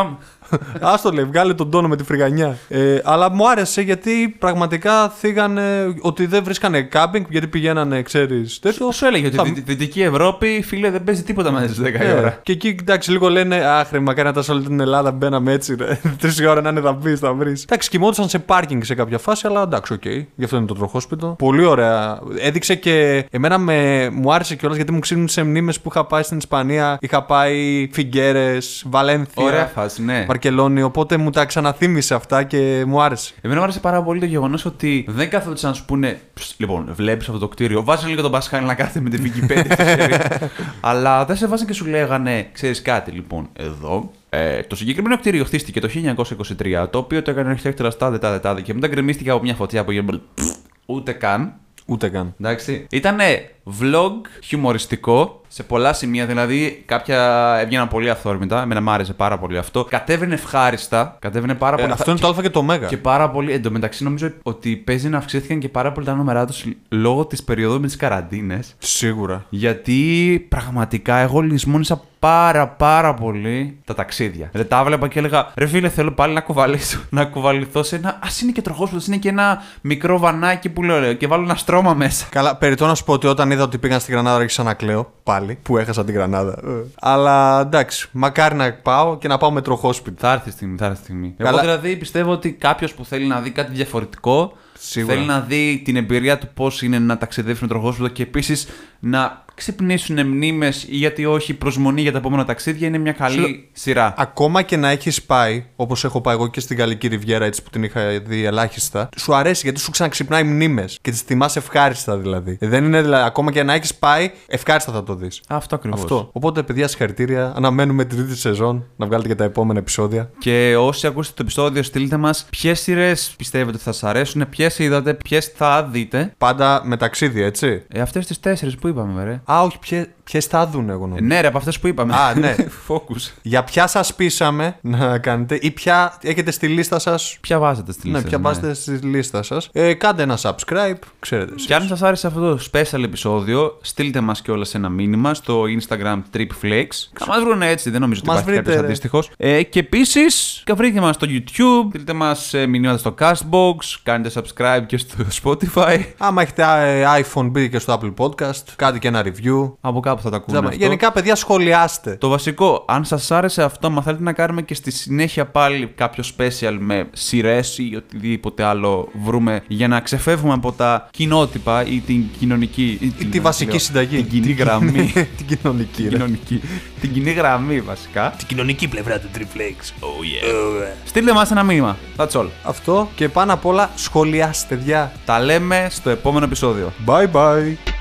[SPEAKER 2] φάμε.
[SPEAKER 3] Άστο λέει, βγάλε τον τόνο με τη φρυγανιά. Ε, αλλά μου άρεσε γιατί πραγματικά θίγανε ότι δεν βρίσκανε κάμπινγκ γιατί πηγαίνανε, ξέρεις.
[SPEAKER 2] Το σου έλεγε ότι
[SPEAKER 3] Θα-
[SPEAKER 2] η Δυτ- Δυτική Ευρώπη, φίλε, δεν παίζει τίποτα μέσα στι 10 η ώρα.
[SPEAKER 3] Ε, Και εκεί, εντάξει, λίγο λένε Άχρη, μακάρι να τα σε όλη την Ελλάδα μπαίναμε έτσι. ρε. Τρεις ώρα να είναι θα μπει, θα βρεις. Εντάξει, κοιμόντουσαν σε πάρκινγκ σε κάποια φάση, αλλά εντάξει, οκ. Γι' αυτό είναι το τροχόσπιτο. Πολύ ωραία. Έδειξε και εμένα με... μου άρεσε κιόλας γιατί μου ξύνουν μνήμες που είχα πάει στην Ισπανία. Είχα πάει Φιγκέρες, Βαλένθια.
[SPEAKER 2] Ωραία φάση, ναι.
[SPEAKER 3] Βαρκελόνη, οπότε μου τα ξαναθύμισε αυτά και μου άρεσε.
[SPEAKER 2] Εμένα μου άρεσε πάρα πολύ το γεγονός ότι δεν κάθονται να σου πούνε. «Ψ, Λοιπόν, βλέπεις αυτό το κτίριο. Βάζεις λίγο τον Πασχάλη να κάθεται με την Wikipedia. στη σειρά». Αλλά δεν σε βάζαν και σου λέγανε, ξέρεις κάτι, λοιπόν, εδώ. Ε, το συγκεκριμένο κτίριο χτίστηκε το 1923, το οποίο το έκανε ο αρχιτέκτορα τάδε τάδε τάδε και μετά γκρεμίστηκε από μια φωτιά που έγινε. «Πφ», Ούτε καν.
[SPEAKER 3] Ούτε
[SPEAKER 2] Ε,
[SPEAKER 3] καν.
[SPEAKER 2] Εντάξει. Ήταν vlog χιουμοριστικό σε πολλά σημεία. Δηλαδή, κάποια έβγαιναν πολύ αυθόρμητα. Εμένα μου άρεσε πάρα πολύ αυτό. Κατέβαινε ευχάριστα. Κατέβαινε πάρα
[SPEAKER 3] Ε,
[SPEAKER 2] πολύ.
[SPEAKER 3] αυτό είναι το Α και το Ω.
[SPEAKER 2] Και πάρα πολύ. Εν τω μεταξύ, νομίζω ότι παίζει να αυξήθηκαν και πάρα πολύ τα νούμερά τους λόγω της περίοδου με τις καραντίνες.
[SPEAKER 3] Σίγουρα.
[SPEAKER 2] Γιατί πραγματικά εγώ λησμόνισα πάρα πάρα πολύ τα ταξίδια. Δηλαδή τα έβλεπα και έλεγα Ρε φίλε, θέλω πάλι να κουβαλήσω. Να κουβαληθώ σε ένα. Ας είναι και τροχόσπιτο, είναι και ένα μικρό βανάκι που λέω «Ρε, και βάλω ένα στρώμα μέσα.
[SPEAKER 3] Καλά, περιττό να σου πω ότι όταν είδα ότι πήγαν στην Γρανάδα άρχισα να κλαίω πάλι, που έχασα την Γρανάδα. Ε. Αλλά εντάξει, μακάρι να πάω και να πάω με τροχόσπιτο.
[SPEAKER 2] Θα έρθει η στιγμή, θα έρθει η στιγμή. Εγώ
[SPEAKER 3] Καλά.
[SPEAKER 2] δηλαδή πιστεύω ότι κάποιος που θέλει να δει κάτι διαφορετικό,
[SPEAKER 3] Σίγουρα.
[SPEAKER 2] θέλει να δει την εμπειρία του πώς είναι να ταξιδεύσει με τροχόσπιτο και επίσης να ξυπνήσουν μνήμες ή γιατί όχι προσμονή για τα επόμενα ταξίδια είναι μια καλή σειρά.
[SPEAKER 3] Ακόμα και να έχεις πάει, όπως έχω πάει εγώ και στην Γαλλική Ριβιέρα, έτσι που την είχα δει ελάχιστα, σου αρέσει γιατί σου ξαναξυπνάει μνήμες και τις θυμάσαι ευχάριστα δηλαδή. Δεν είναι δηλαδή, ακόμα και να έχεις πάει, ευχάριστα θα το δεις.
[SPEAKER 2] Αυτό ακριβώς.
[SPEAKER 3] Αυτό. Οπότε, παιδιά, συγχαρητήρια. Αναμένουμε την τρίτη σεζόν να βγάλετε και τα επόμενα επεισόδια.
[SPEAKER 2] Και όσοι ακούσετε το επεισόδιο, στείλτε μας ποιες σειρές πιστεύετε ότι θα σας αρέσουν, ποιες είδατε, ποιες θα δείτε.
[SPEAKER 3] Πάντα με ταξίδι, έτσι.
[SPEAKER 2] Ε, Αυτές τις τέσσερις που είπαμε, ρε.
[SPEAKER 3] Α, όχι, ποιες θα δουν, εγώ νομίζω.
[SPEAKER 2] Ε, ναι, ρε, από αυτές που είπαμε.
[SPEAKER 3] Α, ναι.
[SPEAKER 2] Focus.
[SPEAKER 3] Για ποια σας πείσαμε να κάνετε ή ποια έχετε στη λίστα σας.
[SPEAKER 2] Ποια βάζετε στη λίστα.
[SPEAKER 3] Ναι, ποια βάζετε στη λίστα σας. Ε, κάντε ένα subscribe, ξέρετε. εσείς.
[SPEAKER 2] Και αν σας άρεσε αυτό το special επεισόδιο, στείλτε μας κιόλας ένα μήνυμα στο Instagram TripFlex. Θα μας βρουν έτσι, δεν νομίζω ότι
[SPEAKER 3] Μας
[SPEAKER 2] υπάρχει
[SPEAKER 3] βρείτε,
[SPEAKER 2] κάποιος
[SPEAKER 3] ρε.
[SPEAKER 2] αντίστοιχος. Ε, και επίσης, βρείτε μας στο YouTube, στείλτε μας ε, μηνύματα στο Castbox, κάντε subscribe και στο Spotify.
[SPEAKER 3] Άμα έχετε ε, iPhone, μπείτε και στο Apple Podcast, κάντε και ένα review. review.
[SPEAKER 2] Από κάπου θα τα ακούνε.
[SPEAKER 3] Τζάμπα.
[SPEAKER 2] αυτό.
[SPEAKER 3] Γενικά, παιδιά, σχολιάστε.
[SPEAKER 2] Το βασικό, αν σας άρεσε αυτό, μα θέλετε να κάνουμε και στη συνέχεια πάλι κάποιο special με σειρές ή οτιδήποτε άλλο βρούμε για να ξεφεύγουμε από τα κοινότυπα ή την κοινωνική. Ή,
[SPEAKER 3] Ή τη βασική συνταγή.
[SPEAKER 2] Την κοινή γραμμή.
[SPEAKER 3] την κοινωνική.
[SPEAKER 2] Την
[SPEAKER 3] ρε.
[SPEAKER 2] κοινωνική. την κοινή γραμμή βασικά.
[SPEAKER 4] Την κοινωνική πλευρά του Triplex. Oh yeah.
[SPEAKER 2] Στείλτε μας ένα μήνυμα. That's all.
[SPEAKER 3] Αυτό και πάνω απ' όλα σχολιάστε, παιδιά.
[SPEAKER 2] Τα λέμε στο επόμενο επεισόδιο.
[SPEAKER 3] Bye bye.